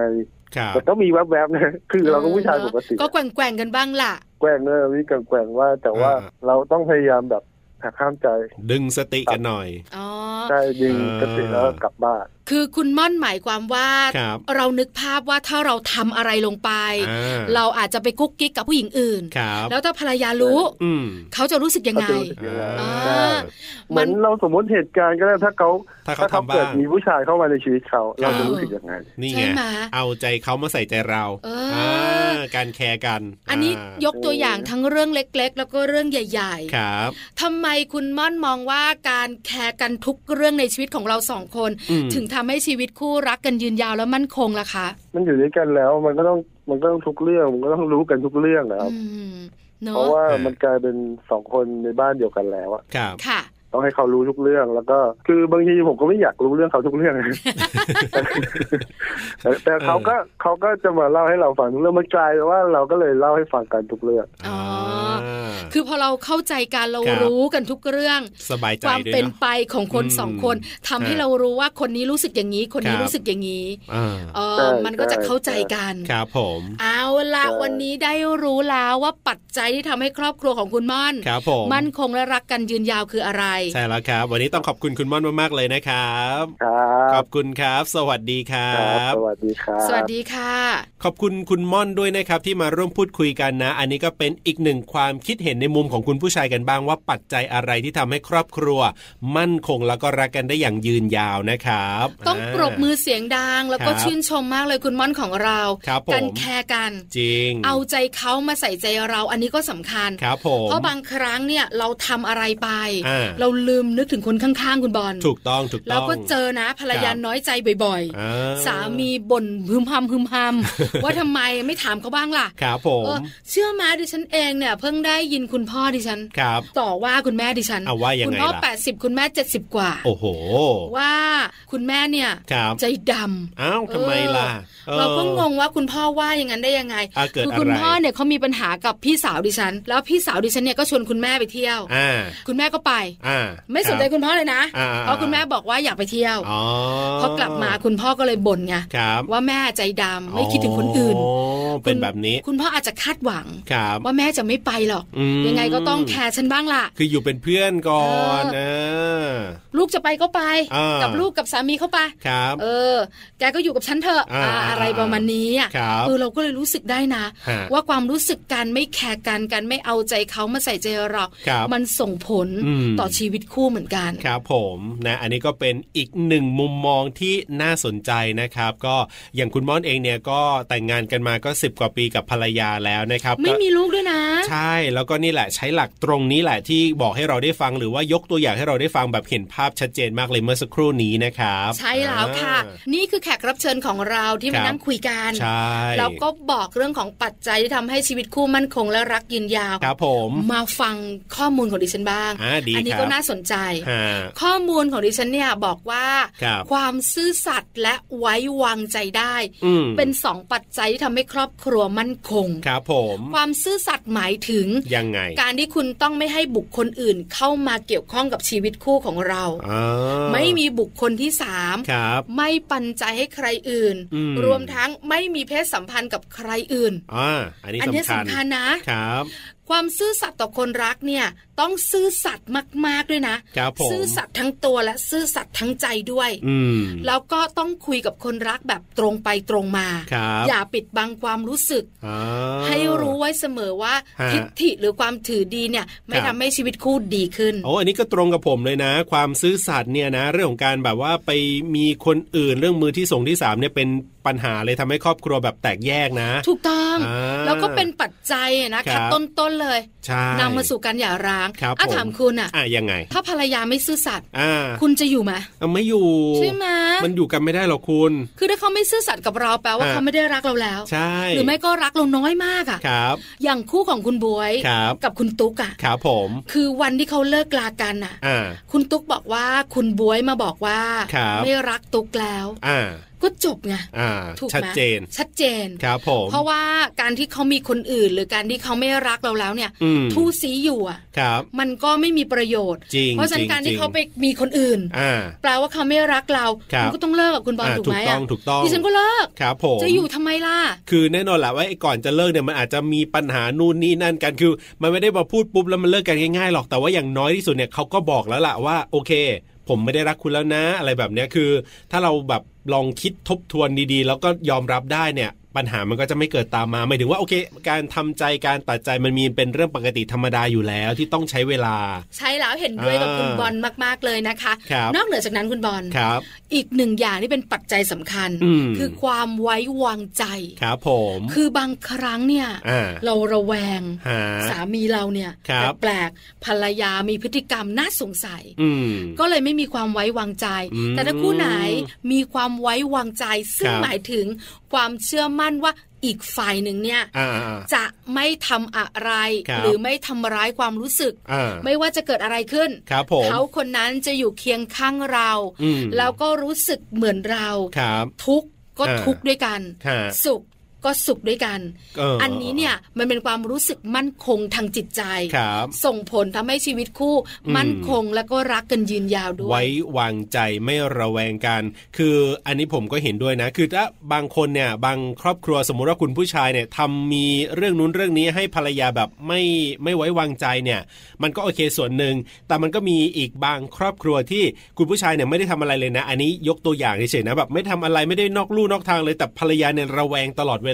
S2: ครับ
S6: แต่ก็มีแวบๆนะคือเราก็ผู้ชายปกติ
S1: ก็แกว่งแกว่งๆกันบ้างล่ะ
S6: แกล้งเนอะมีแกล้งๆว่า แต่ว่า
S2: อ่า
S6: เราต้องพยายามแบบหักข้ามใจ
S2: ดึงสติกันหน่อย
S1: อ๋อ
S6: ใช่ดึง
S2: อ่า
S6: สติแล้วกลับบ้าน
S1: คือคุณม่อนหมายความว่า
S2: ครับ
S1: เรานึกภาพว่าถ้าเราทำอะไรลงไป
S2: อ่า
S1: เราอาจจะไปกุ๊กกิ๊กกับผู้หญิงอื่น
S2: ครับ
S1: แล้วถ้าภรรยารู้
S2: อืม
S1: เขาจะรู้สึกยัง
S6: เขา
S1: ไง
S6: จะรู้สึกยังไง
S1: อ่า
S6: ใช่เหมื
S1: มั
S6: อน นเราสมมติเหตุการณ์ก็ได้ถ้าเขา
S2: ถ้าเขา
S6: ถ้าเขา
S2: ทำบ้า
S6: เกิด
S2: ง
S6: มีผู้ชายเข้ามาในชีวิตเขา เรา
S1: เอ
S6: จะ
S1: อ
S6: รู้สึกยังไง
S2: นี่
S1: ใช่
S2: ไง
S1: ไหม
S2: เอาใจเขามาใส่ใจเรา
S1: เอออ่
S2: าการแคร์กัน
S1: อันนี้
S2: าย
S1: กตัวอย่างทั้งเรื่องเล็ก ๆ แล้วก็เรื่องใหญ่
S2: ครับ
S1: ๆทำไมคุณม่อนมองว่าการแคร์กันทุกเรื่องในชีวิตของเราสองคน
S2: อืม
S1: ถึงทำให้ชีวิตคู่รักกันยืนยาวและมั่นคงล่ะคะ
S6: มันอยู่ด้วยกันแล้วมันก็ต้องมันก็ต้องทุกเรื่องมันก็ต้องรู้กันทุกเรื่องนะครับ
S1: อืม
S6: เพ
S1: เนาะ
S6: ราะว่า
S2: เออ
S6: มันกลายเป็นสองคนในบ้านเดียวกันแล้วอะ
S2: ครับ
S1: ค่ะ
S6: ต้องให้เขารู้ทุกเรื่องแล้วก็ คือบางทีผมก็ไม่อยากรู้เรื่องเขาทุกเรื่อง แต่แต่เขาก็เขาก็จะมาเล่าให้เราฟังทุกเรื่องมันกลายเป็นว่าเราก็เลยเล่าให้ฟังกันทุกเรื่อง
S1: อ๋อ
S2: า
S1: คือพอเราเข้าใจกันเรา
S2: ครับ
S1: รู้กันทุกเรื่อง
S2: สบายใจ
S1: ความ
S2: ด้วย
S1: เป็น
S2: เนาะ
S1: ไปของคน
S2: อืม
S1: สองคนทำให้
S2: ฮะ
S1: เรารู้ว่าคนนี้รู้สึกอย่างนี้ คนนี้
S2: ครับ
S1: รู้สึกอย่างนี้
S2: อ่า
S1: เออ
S6: ใช่
S1: มันก็จะ
S6: ใช่
S1: เข้าใจกัน
S2: ครับผม
S1: เอาละ
S6: ใช่
S1: วันนี้ได้รู้แล้วว่าปัจจัยที่ทำให้ครอบครัวของคุณม่อน
S2: ครับผม
S1: มั่นคงและรักกันยืนยาวคืออะไร
S2: ใช่แล้วครับ วันนี้ต้องขอบคุณคุณม่อนมากๆเลยนะครับ
S6: ครั
S2: ขอ
S6: บบ
S2: คุณครับ สวัสดีครั
S6: ครับ บ สวัสดีครับ
S1: สวัสดีค่ะ
S2: ขอบคุณคุณม่อนด้วยนะครับ ที่มาร่วมพูดคุยกันนะ อันนี้ก็เป็นอีกหนึ่งความคิดเห็นในมุมของคุณผู้ชายกันบ้างว่าปัจจัยอะไรที่ทำให้ครอบครัว มั่นคงแล้วก็รักกันได้อย่างยืนยาวนะครับ
S1: ต้อง
S2: า
S1: ปรบมือเสียงดัง แล้วก็
S2: ครับ
S1: ชื่นชมมากเลยคุณม่อนของเรา
S2: ครับผม
S1: การแคร์กัน
S2: จริง
S1: เอาใจเขามาใส่ใจเราอันนี้ก็สำคัญ
S2: ครับผม
S1: เพราะบางครั้งเนี่ยเราทำอะไรไป
S2: อ่า
S1: เราลืมนึกถึงคนข้างๆ คุณบอล
S2: ถูกต้องถูกต้อง
S1: แล้วก็เจอนะภรรยา
S2: ครับ
S1: น้อยใจบ่อย
S2: อ่
S1: ๆ สามีบ่นพึมพำพึมพำ ว่าทำไมไม่ถามเขาบ้างล่ะ
S2: ครับผม
S1: เออเชื่อมาดิฉันเองเนี่ย เพิ่งได้ยินคุณพ่อดิฉัน
S2: ครับ
S1: ต่อว่าคุณแม่ดิฉัน
S2: เอาว่ายังไง
S1: คุณพ่อ
S2: ล่ะ
S1: 80 คุณแม่ 70 กว่า
S2: โอ้โห
S1: ว่าคุณแม่เนี่ย
S2: ครับ
S1: ใจดำ
S2: อ้าวทำไมล่ะออ
S1: เราก็งงว่าคุณพ่อว่าอย่างนั้นได้ยังไง
S2: อ่ะเกิด
S1: คืคุณ
S2: อะไร
S1: พ่อเนี่ยเขามีปัญหากับพี่สาวดิฉัน แล้วพี่สาวดิฉันเนี่ยก็ชวนคุณแม่ไปเที่ยว
S2: อ่า
S1: คุณแม่ก็ไป
S2: อ่า
S1: ไม่สนใจ
S2: รับ
S1: คุณพ่อเลยนะ
S2: อ่าๆๆ
S1: เพราะคุณแม่บอกว่าอยากไปเที่ยว
S2: อ๋อ
S1: พอกลับมาคุณพ่อก็เลยบ่นไง
S2: ครับ
S1: ว่าแม่ใจดำไม่คิดถึงคนอื่น
S2: อ๋อเป็น
S1: คุณ
S2: แบบนี้
S1: คุณพ่ออาจจะคาดหวัง
S2: ครับ
S1: ว่าแม่จะไม่ไปหรอก
S2: อืม
S1: ยังไงก็ต้องแคร์ฉันบ้างล่ะ
S2: คืออยู่เป็นเพื่อนก่อน
S1: เอ
S2: นะ
S1: ลูกจะไปก็ไป
S2: อ่ากั
S1: กับลูกกับสามีเข้าไป
S2: ครับ
S1: เออ แกก็อยู่กับฉันเถอะ
S2: อ่า
S1: อ่าอะไรประมาณนี้อ่ะ
S2: ครับ
S1: เออเราก็เลยรู้สึกได้นะ
S2: ฮะ
S1: ว่าความรู้สึกการไม่แคร์กันการไม่เอาใจเขามาใส่ใจเรา
S2: ครับ
S1: มันส่งผล
S2: อืม
S1: ต่อชีวิตคู่เหมือนกัน
S2: ครับผมนะอันนี้ก็เป็นอีกหนึ่งมุมมองที่น่าสนใจนะครับ ก็อย่างคุณม่อนเองเนี่ยก็แต่งงานกันมาก็ 10 กว่าปีกับภรรยาแล้วนะครับ
S1: ไม่
S2: ก็
S1: มีลูกด้วยนะ
S2: ใช่แล้วก็ นี่แหละใช้หลักตรงนี้แหละที่บอกให้เราได้ฟังหรือว่ายกตัวอย่างให้เราได้ฟังแบบเห็นภาพชัดเจนมากเลยเมื่อสักครู่นี้นะครับ
S1: ใช่แล้วค่ะ
S2: อ่า
S1: นี่คือแขกรับเชิญของเราที่
S2: ครั
S1: มา
S2: บ
S1: นั่งคุยกัน
S2: ใช่
S1: แล้วก็บอกเรื่องของปัจจัยที่ทำให้ชีวิตคู่มั่นคงและรักยืนยาว
S2: ครับผม
S1: มาฟังข้อมูลของดิฉันบ้าง
S2: อ่าดี
S1: อันี้
S2: ครับ
S1: ก็น่าสนใจ
S2: อ่า
S1: ข้อมูลของดิฉันเนี่ยบอกว่า
S2: ครับ
S1: วามซื่อสัตย์และไว้วางใจได้
S2: อืม
S1: เป็นสองปัจจัยที่ทำให้ครอบครัวมั่นคง
S2: ครับผม
S1: ความซื่อสัตย์หมายถึง
S2: ยังไง
S1: การที่คุณต้องไม่ให้บุคคลอื่นเข้ามาเกี่ยวข้องกับชีวิตคู่ของเรา
S2: อ่า
S1: ไม่มีบุคคลที่สาม
S2: ครับ
S1: ไม่ปันใจให้ใครอื่น
S2: อืม
S1: รวมทั้งไม่มีเพศสัมพันธ์กับใครอื่น
S2: อ่าอันนี้
S1: อันเนี้ย
S2: สำคั
S1: สำคั
S2: ญ
S1: ญนะ
S2: ครับ
S1: ความซื่อสัตย์ต่อคนรักเนี่ยต้องซื่อสัตย์มากๆด้วยนะ
S2: ครับผม
S1: ซื่อสัตย์ทั้งตัวและซื่อสัตย์ทั้งใจด้วย
S2: อืม
S1: แล้วก็ต้องคุยกับคนรักแบบตรงไปตรงมา
S2: ครับ
S1: อย่าปิดบังความรู้สึก
S2: อ่า
S1: ให้รู้ไว้เสมอว่า
S2: ฮะ
S1: ทิฏฐิหรือความถือดีเนี่ยไม่
S2: ครั
S1: ทำ
S2: บ
S1: ให้ชีวิตคู่ดีขึ้น
S2: โอ้อันนี้ก็ตรงกับผมเลยนะ ความซื่อสัตย์เนี่ยนะ เรื่องของการแบบว่าไปมีคนอื่นเรื่องมือที่ส่งที่สามเนี่ยเป็นปัญหาเลยทำให้ครอบครัวแบบแตกแยกนะ
S1: ถูกต้อง
S2: อ่า
S1: แล้วก็เป็นปัจจัยอะนะ
S2: ครั
S1: คะ
S2: บ
S1: ต้นๆเลย
S2: ใช่
S1: นำมาสู่การหย่าร้าง
S2: ครับ
S1: อ่ะ
S2: ผม
S1: ถามคุณอ่ะ
S2: อ่ะยังไง
S1: ถ้าภรรยาไม่ซื่อสัตย์
S2: อ่า
S1: คุณจะอยู่ไหม
S2: เอาไม่อยู่
S1: ใช่ไหม
S2: มันอยู่กันไม่ได้หรอกคุณ
S1: คือถ้าเขาไม่ซื่อสัตย์กับเราแปลว่า
S2: ฮะ
S1: เขาไม่ได้รักเราแล้ว
S2: ใช่
S1: หรือไม่ก็รักเราน้อยมากอ่ะ
S2: ครับ
S1: อย่างคู่ของคุณบวย
S2: ครับ
S1: กับคุณตุ๊กอ่ะ
S2: ครับผม
S1: คือวันที่เขาเลิกลากันอ่ะ
S2: อ่า
S1: คุณตุ๊กบอกว่าคุณบวยมาบอกว่า
S2: ครับ
S1: ไม่รักตุ๊กแล้ว
S2: อ่า
S1: ก็จบไง
S2: อ่า
S1: ถูกไหม
S2: ชัดเจน
S1: ชัดเจน
S2: ครับผม
S1: เพราะว่าการที่เขามีคนอื่น หรือการที่เขาไม่รักเราแล้วเนี่ย
S2: อืม
S1: ทู่ซีอยู่อ่ะ
S2: ครับ
S1: มันก็ไม่มีประโยชน์
S2: จริง
S1: เพราะฉะนั้
S2: จริ
S1: น
S2: ง
S1: การ
S2: จ
S1: ที่
S2: ริง
S1: เขาไปมีคนอื่น
S2: อ่า
S1: แปลว่าเขาไม่รักเรา
S2: ครับ
S1: ณก็ต้องเลิกกับคุณบอล
S2: อ่า
S1: ถูกไหม
S2: ถูกต้องถูกต้อง
S1: ดิฉันก็เลิก
S2: ครับผม
S1: จะอยู่ทำไมล่ะ
S2: คือแน่นอนแหละว่าไอ้ก่อนจะเลิกเนี่ยมันอาจจะมีปัญหานู่นนี่นั่นกันคือ มันไม่ได้มาพูดปุ๊บแล้วมันเลิกกันง่ายๆหรอกแต่ว่าอย่างน้อยที่สุดเนี่ยเขาก็บอกแล้วล่ะว่าโอเค ผมไม่ได้รักคุณแล้วนะ อะไรแบบเนี้ยคือ ถ้าเราแบบลองคิดทบทวนดีๆ แล้วก็ยอมรับได้เนี่ย ปัญหามันก็จะไม่เกิดตามมาหมายถึงว่าโอเค การทำใจการตัดใจมันมีเป็นเรื่องปกติธรรมดาอยู่แล้วที่ต้องใช้เวลา
S1: ใช่แล้วเห็นด้วยกับคุณบอลมากๆเลยนะคะ
S2: ครับ
S1: นอกเหนือจากนั้นคุณบอล
S2: ครับ
S1: อีกหนึ่งอย่างที่เป็นปัจจัยสำคัญ
S2: อืม
S1: คือความไว้วางใจ
S2: ครับผม
S1: คือบางครั้งเนี่ย
S2: อ่า
S1: เราระแวง
S2: หา
S1: สามีเราเนี่ย
S2: ครับ
S1: แปลกๆภรรยามีพฤติกรรมน่าสงสัย
S2: อืม
S1: ก็เลยไม่มีความไว้วางใจ
S2: อืม
S1: แต่ถ้าคู่ไหนมีความไว้วางใจ ซึ่ง
S2: ครับ
S1: หมายถึงความเชื่อมั่นว่าอีกฝ่ายหนึ่งเนี่ย
S2: อ่า
S1: จะไม่ทำอะไร
S2: ครับ
S1: หรือไม่ทำร้ายความรู้สึก
S2: อ่า
S1: ไม่ว่าจะเกิดอะไรขึ้น
S2: ครับผม
S1: เขาคนนั้นจะอยู่เคียงข้างเรา
S2: อืม
S1: แล้วก็รู้สึกเหมือนเรา
S2: ครับ
S1: ทุกข์ก็
S2: อ่า
S1: ทุกข์ด้วยกัน
S2: ฮะ
S1: สุขก็สุขด้วยกัน
S2: เ
S1: อันนี้เนี่ยมันเป็นความรู้สึกมั่นคงทางจิตใจ
S2: ครับ
S1: ส่งผลทำให้ชีวิตคู่
S2: อืม
S1: มั่นคงแล้วก็รักกันยืนยาวด้ว
S2: ไว้
S1: ย
S2: วางใจไม่ระแวงกัน คืออันนี้ผมก็เห็นด้วยนะ คือถ้าบางคนเนี่ยบางครอบครัวสมมุติว่าคุณผู้ชายเนี่ยทำมีเรื่องนู้นเรื่องนี้ให้ภรรยาแบบไม่ไม่ไว้วางใจเนี่ย มันก็โอเคส่วนหนึ่ง แต่มันก็มีอีกบางครอบครัวที่คุณผู้ชายเนี่ยไม่ได้ทำอะไรเลยนะ อันนี้ยกตัวอย่างเฉยๆนะแบบไม่ทำอะไรไม่ได้นอกลู่นอกทางเลยแต่ภรรยาเนี่ยระแวงตลอดเวลา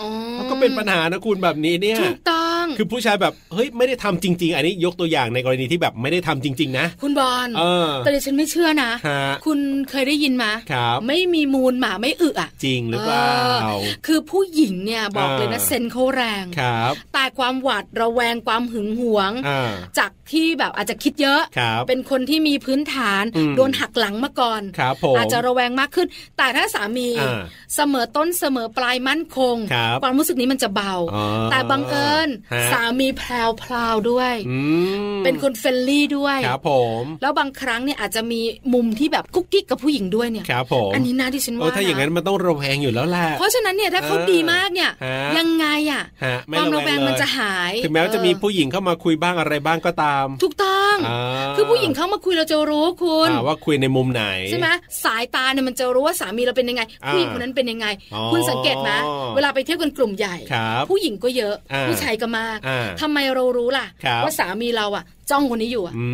S1: อ๋อ
S2: มันก็เป็นปัญหานะคุณแบบนี้เนี่ย
S1: ถูกต้อง
S2: คือผู้ชายแบบเฮ้ยไม่ได้ทำจริง ๆ อันนี้ยกตัวอย่างในกรณีที่แบบไม่ได้ทำจริง ๆ นะ
S1: คุณบอล
S2: เออ
S1: แต่ดิฉันไม่เชื่อนะ
S2: ฮะ
S1: คุณเคยได้ยินมา
S2: ครับ
S1: ไม่มีมูลหมาไม่อึอ่ะ
S2: จริงหรือเปล่า
S1: เออคือผู้หญิงเนี่ยบอกเลยนะ
S2: อ่า
S1: เซนเขาแรง
S2: ครับ
S1: แต่ความหวาดระแวงความหึงหวง
S2: อ่า
S1: จากที่แบบอาจจะคิดเยอะ
S2: ครับ
S1: เป็นคนที่มีพื้นฐาน
S2: อืม
S1: โดนหักหลังมาก่อน
S2: ครับผม
S1: อาจจะระแวงมากขึ้น แต่ถ้าสามี
S2: อ่า
S1: เสมอต้นเสมอปลายมั่นคง
S2: ครับ
S1: ความรู้สึกนี้มันจะเบา
S2: อ๋อ
S1: แต่บังเอิญ
S2: ฮะ
S1: สามีแพรวพราวๆด้วย
S2: อืม
S1: เป็นคนเฟรนลี่ด้วย
S2: ครับผม
S1: แล้วบางครั้งเนี่ยอาจจะมีมุมที่แบบกุ๊กกิ๊กกับผู้หญิงด้วยเนี่ย
S2: ครับผม
S1: อันนี้น่าที่ฉัน
S2: โอ้
S1: ว่า
S2: ถ้าอย่างนั้น
S1: นะ
S2: มันต้องระแวงอยู่แล้วแหละ
S1: เพราะฉะนั้นเนี่ยถ้าเขา
S2: เออ
S1: ดีมากเนี่ย
S2: ฮะ
S1: ยังไงอ่ะ
S2: ฮะไม่
S1: ความ
S2: ระ
S1: ระ
S2: แว
S1: แว
S2: ง
S1: ง
S2: เลย
S1: มันจะหาย
S2: ถึงแม้ว่าจะมี
S1: เออ
S2: ผู้หญิงเข้ามาคุยบ้างอะไรบ้างก็ตาม
S1: ถูกต้อง
S2: อ่า
S1: คือผู้หญิงเข้ามาคุยเราจะรู้คุณ
S2: อ่าว่าคุยในมุมไหน
S1: ใช่ไหมสายตาเนี่ยมันจะรู้ว่าสามีเราเป็นยังไง
S2: อ่า
S1: ผู้หญิงคนนั้นเป็นยังไง
S2: อ๋อ
S1: คุณสังเกตไหมเวลาไปเที่ยวกันกลุ่มใหญ่
S2: ครับ
S1: ผู้หญิงก็เยอะ
S2: อ่า
S1: ผู้ชายก็มาก
S2: อ่า
S1: ทำไมเรารู้ล่ะ
S2: ครับ
S1: ว่าสามีเราอ่ะ จ้องคนนี้อยู่อะ
S2: อื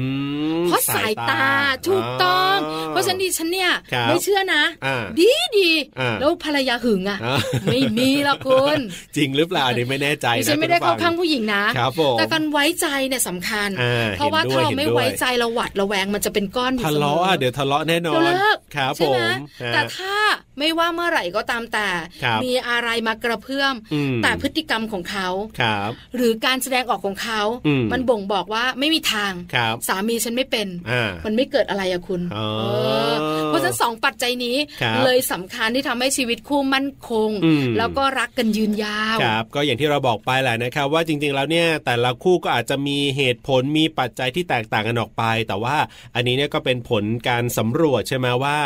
S2: ม
S1: เพราะสายตาถูกต้อง เพราะฉะนั้นดิ
S2: อ
S1: ฉันเนี่ย
S2: ครับ
S1: ไม่เชื่อนะ
S2: อ่า
S1: ดีดี
S2: อ่า
S1: แล้วภรรยาหึงอ่ะ
S2: อ่า
S1: ไม่มีหรอกคุณ
S2: จริงหรือเปล่าอันนี้ไม่แน่ใจ
S1: ดิ
S2: นะ
S1: ฉันไม่ได้
S2: คุ
S1: เข้า
S2: ณ
S1: ข้างผู้หญิงนะ
S2: ครับผม
S1: แต่การไว้ใจเนี่ยสำคัญ
S2: อ่
S1: เพราะว่า
S2: ห็นด้
S1: ถ้าเรา
S2: ห็น
S1: ไม่
S2: ด้วย
S1: ไว้ใจเราหวัดระแวงมันจะเป็นก้อนอยู่
S2: ทะ
S1: เสมอ
S2: เลาะอ่ะเดี๋ยวทะเลาะแน่นอ
S1: เรา
S2: น
S1: เลิก
S2: ครับผ
S1: ใช่ไหม
S2: มฮะ
S1: แต่ถ้า ไม่ว่าเมื่อไหร่ก็ตามแต่
S2: ครับ
S1: มีอะไรมากระเพื่อม
S2: อืม
S1: แต่พฤติกรรมของเขา
S2: ครับ
S1: หรือการแสดงออกของเขา
S2: อืม
S1: มันบ่งบอกว่าไม่มีทาง
S2: ครับ
S1: สามีฉันไม่เป็น
S2: อ่า
S1: มันไม่เกิดอะไรอะคุณ
S2: อ๋อ
S1: เออเพราะฉะนั้นสองปัจจัยนี้
S2: ครับ
S1: เลยสำคัญที่ทำให้ชีวิตคู่มั่นคง
S2: อืม
S1: แล้วก็รักกันยืนยาว
S2: ครับก็อย่างที่เราบอกไปแหละนะครับ ว่าจริง ๆ แล้วเนี่ยแต่ละคู่ก็อาจจะมีเหตุผลมีปัจจัยที่แตกต่างกันออกไป แต่ว่าอันนี้เนี่ยก็เป็นผลการสำรวจใช่ไหมว่า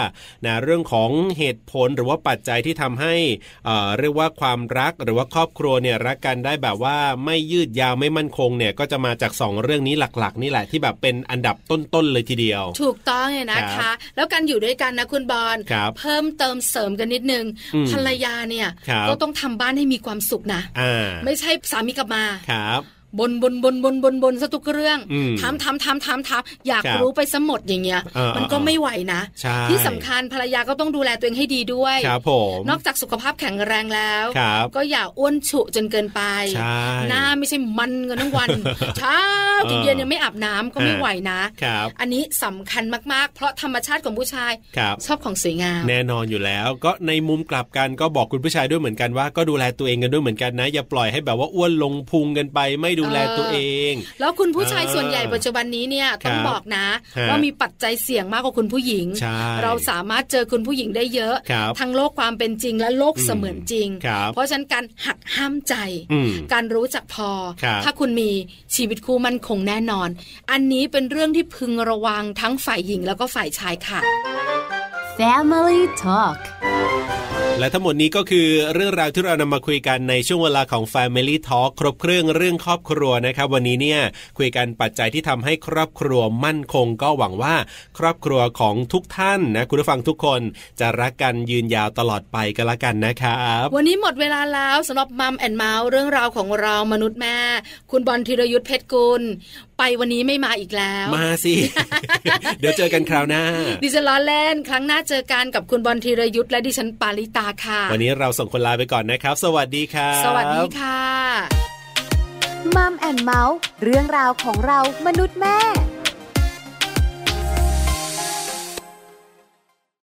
S2: นะเรื่องของเหตุผลหรือว่าปัจจัยที่ทำให้เอ่อเรียกว่าความรักหรือว่าครอบครัวเนี่ยรักกันได้แบบว่าไม่ยืดยาวไม่มั่นคงเนี่ยก็จะมาจากสองเรื่องนี้หลัก ๆ นี่แหละที่แบบเป็นอันดับต้นๆเลยทีเดียว
S1: ถูกต้องเลยนะ
S2: ค
S1: คะ
S2: รับ
S1: แล้วการอยู่ด้วยกันนะคุณบอล
S2: ครับ
S1: เพิ่มเติมเสริมกันนิดนึง
S2: อืม
S1: ภรรยาเนี่ย
S2: ครับ
S1: ก็ต้องทำบ้านให้มีความสุขนะ
S2: อ่า
S1: ไม่ใช่สามีกลับมา
S2: ครับ
S1: บนบนบนบนบนบนซะทุกเรื่อง
S2: อืม
S1: ถามถามถามถามถามอยาก
S2: ครับ
S1: รู้ไปซะหมดอย่างเงี้ย
S2: เออ
S1: มันก็
S2: เออ
S1: ไม่ไหวนะ
S2: ใช่
S1: ที่สำคัญภรรยาก็ต้องดูแลตัวเองให้ดีด้วย
S2: ครับผม
S1: นอกจากสุขภาพแข็งแรงแล้ว
S2: ครับ
S1: ก็อย่าอ้วนฉุจนเกินไป
S2: ใช่
S1: หน้าไม่ใช่มันกันทั้งวัน เช้าถึง
S2: เออ
S1: เย็นยังไม่อาบน้ำก็ไม่
S2: ฮะ
S1: ไหวนะ
S2: ครับ
S1: อันนี้สำคัญมาก ๆ เพราะธรรมชาติของผู้ชาย
S2: ครับ
S1: ชอบของสวยงาม
S2: แน่นอนอยู่แล้วก็ในมุมกลับกันก็บอกคุณผู้ชายด้วยเหมือนกันว่าก็ดูแลตัวเองกันด้วยเหมือนกันนะ อย่าปล่อยให้แบบว่าอ้วนลงพุงกันไป ไม่ดูแลตัวเอง
S1: แล้วคุณผู้ชาย
S2: เออ
S1: ส่วนใหญ่ปัจจุบันนี้เนี่ยต้อง
S2: ครับ
S1: บอกนะ
S2: ฮะ
S1: ว่ามีปัจจัยเสี่ยงมากกว่าคุณผู้หญิง
S2: ใช่
S1: เราสามารถเจอคุณผู้หญิงได้เยอะ
S2: ครับ
S1: ทั้งโลกความเป็นจริงและโลกเสมือนจริง
S2: ครับ
S1: เพราะฉะนั้นการหักห้ามใจ
S2: อืม
S1: การรู้จักพอ
S2: ครับ
S1: ถ้าคุณมีชีวิตคู่มั่นคงแน่นอน อันนี้เป็นเรื่องที่พึงระวังทั้งฝ่ายหญิงแล้วก็ฝ่ายชายค่ะ
S4: Family Talk
S2: และทั้งหมดนี้ก็คือเรื่องราวที่เรานำมาคุยกันในช่วงเวลาของ Family Talk ครบเครื่องเรื่องครอบครัวนะครับ วันนี้เนี่ยคุยกันปัจจัยที่ทำให้ครอบครัวมั่นคง ก็หวังว่าครอบครัวของทุกท่านนะคุณผู้ฟังทุกคนจะรักกันยืนยาวตลอดไปก็แล้วกันนะครับ
S1: วันนี้หมดเวลาแล้วสำหรับมัมแอนเมาส์เรื่องราวของเรามนุษย์แม่ คุณบอลธีรยุทธเพชรกุล ไปวันนี้ไม่มาอีกแล้ว
S2: มาสิ เดี๋ยวเจอกันคราวหน้า
S1: ดิฉันล้อเล่น ครั้งหน้าเจอกันกับคุณบอลธีรยุทธและดิฉันปาริตาค่ะ
S2: วันนี้เราส่งคนลาไปก่อนนะครับ สวัสดีครับ
S1: สวัสดีค่ะ
S4: มัมแอนเมาส์เรื่องราวของเรามนุษย์แม่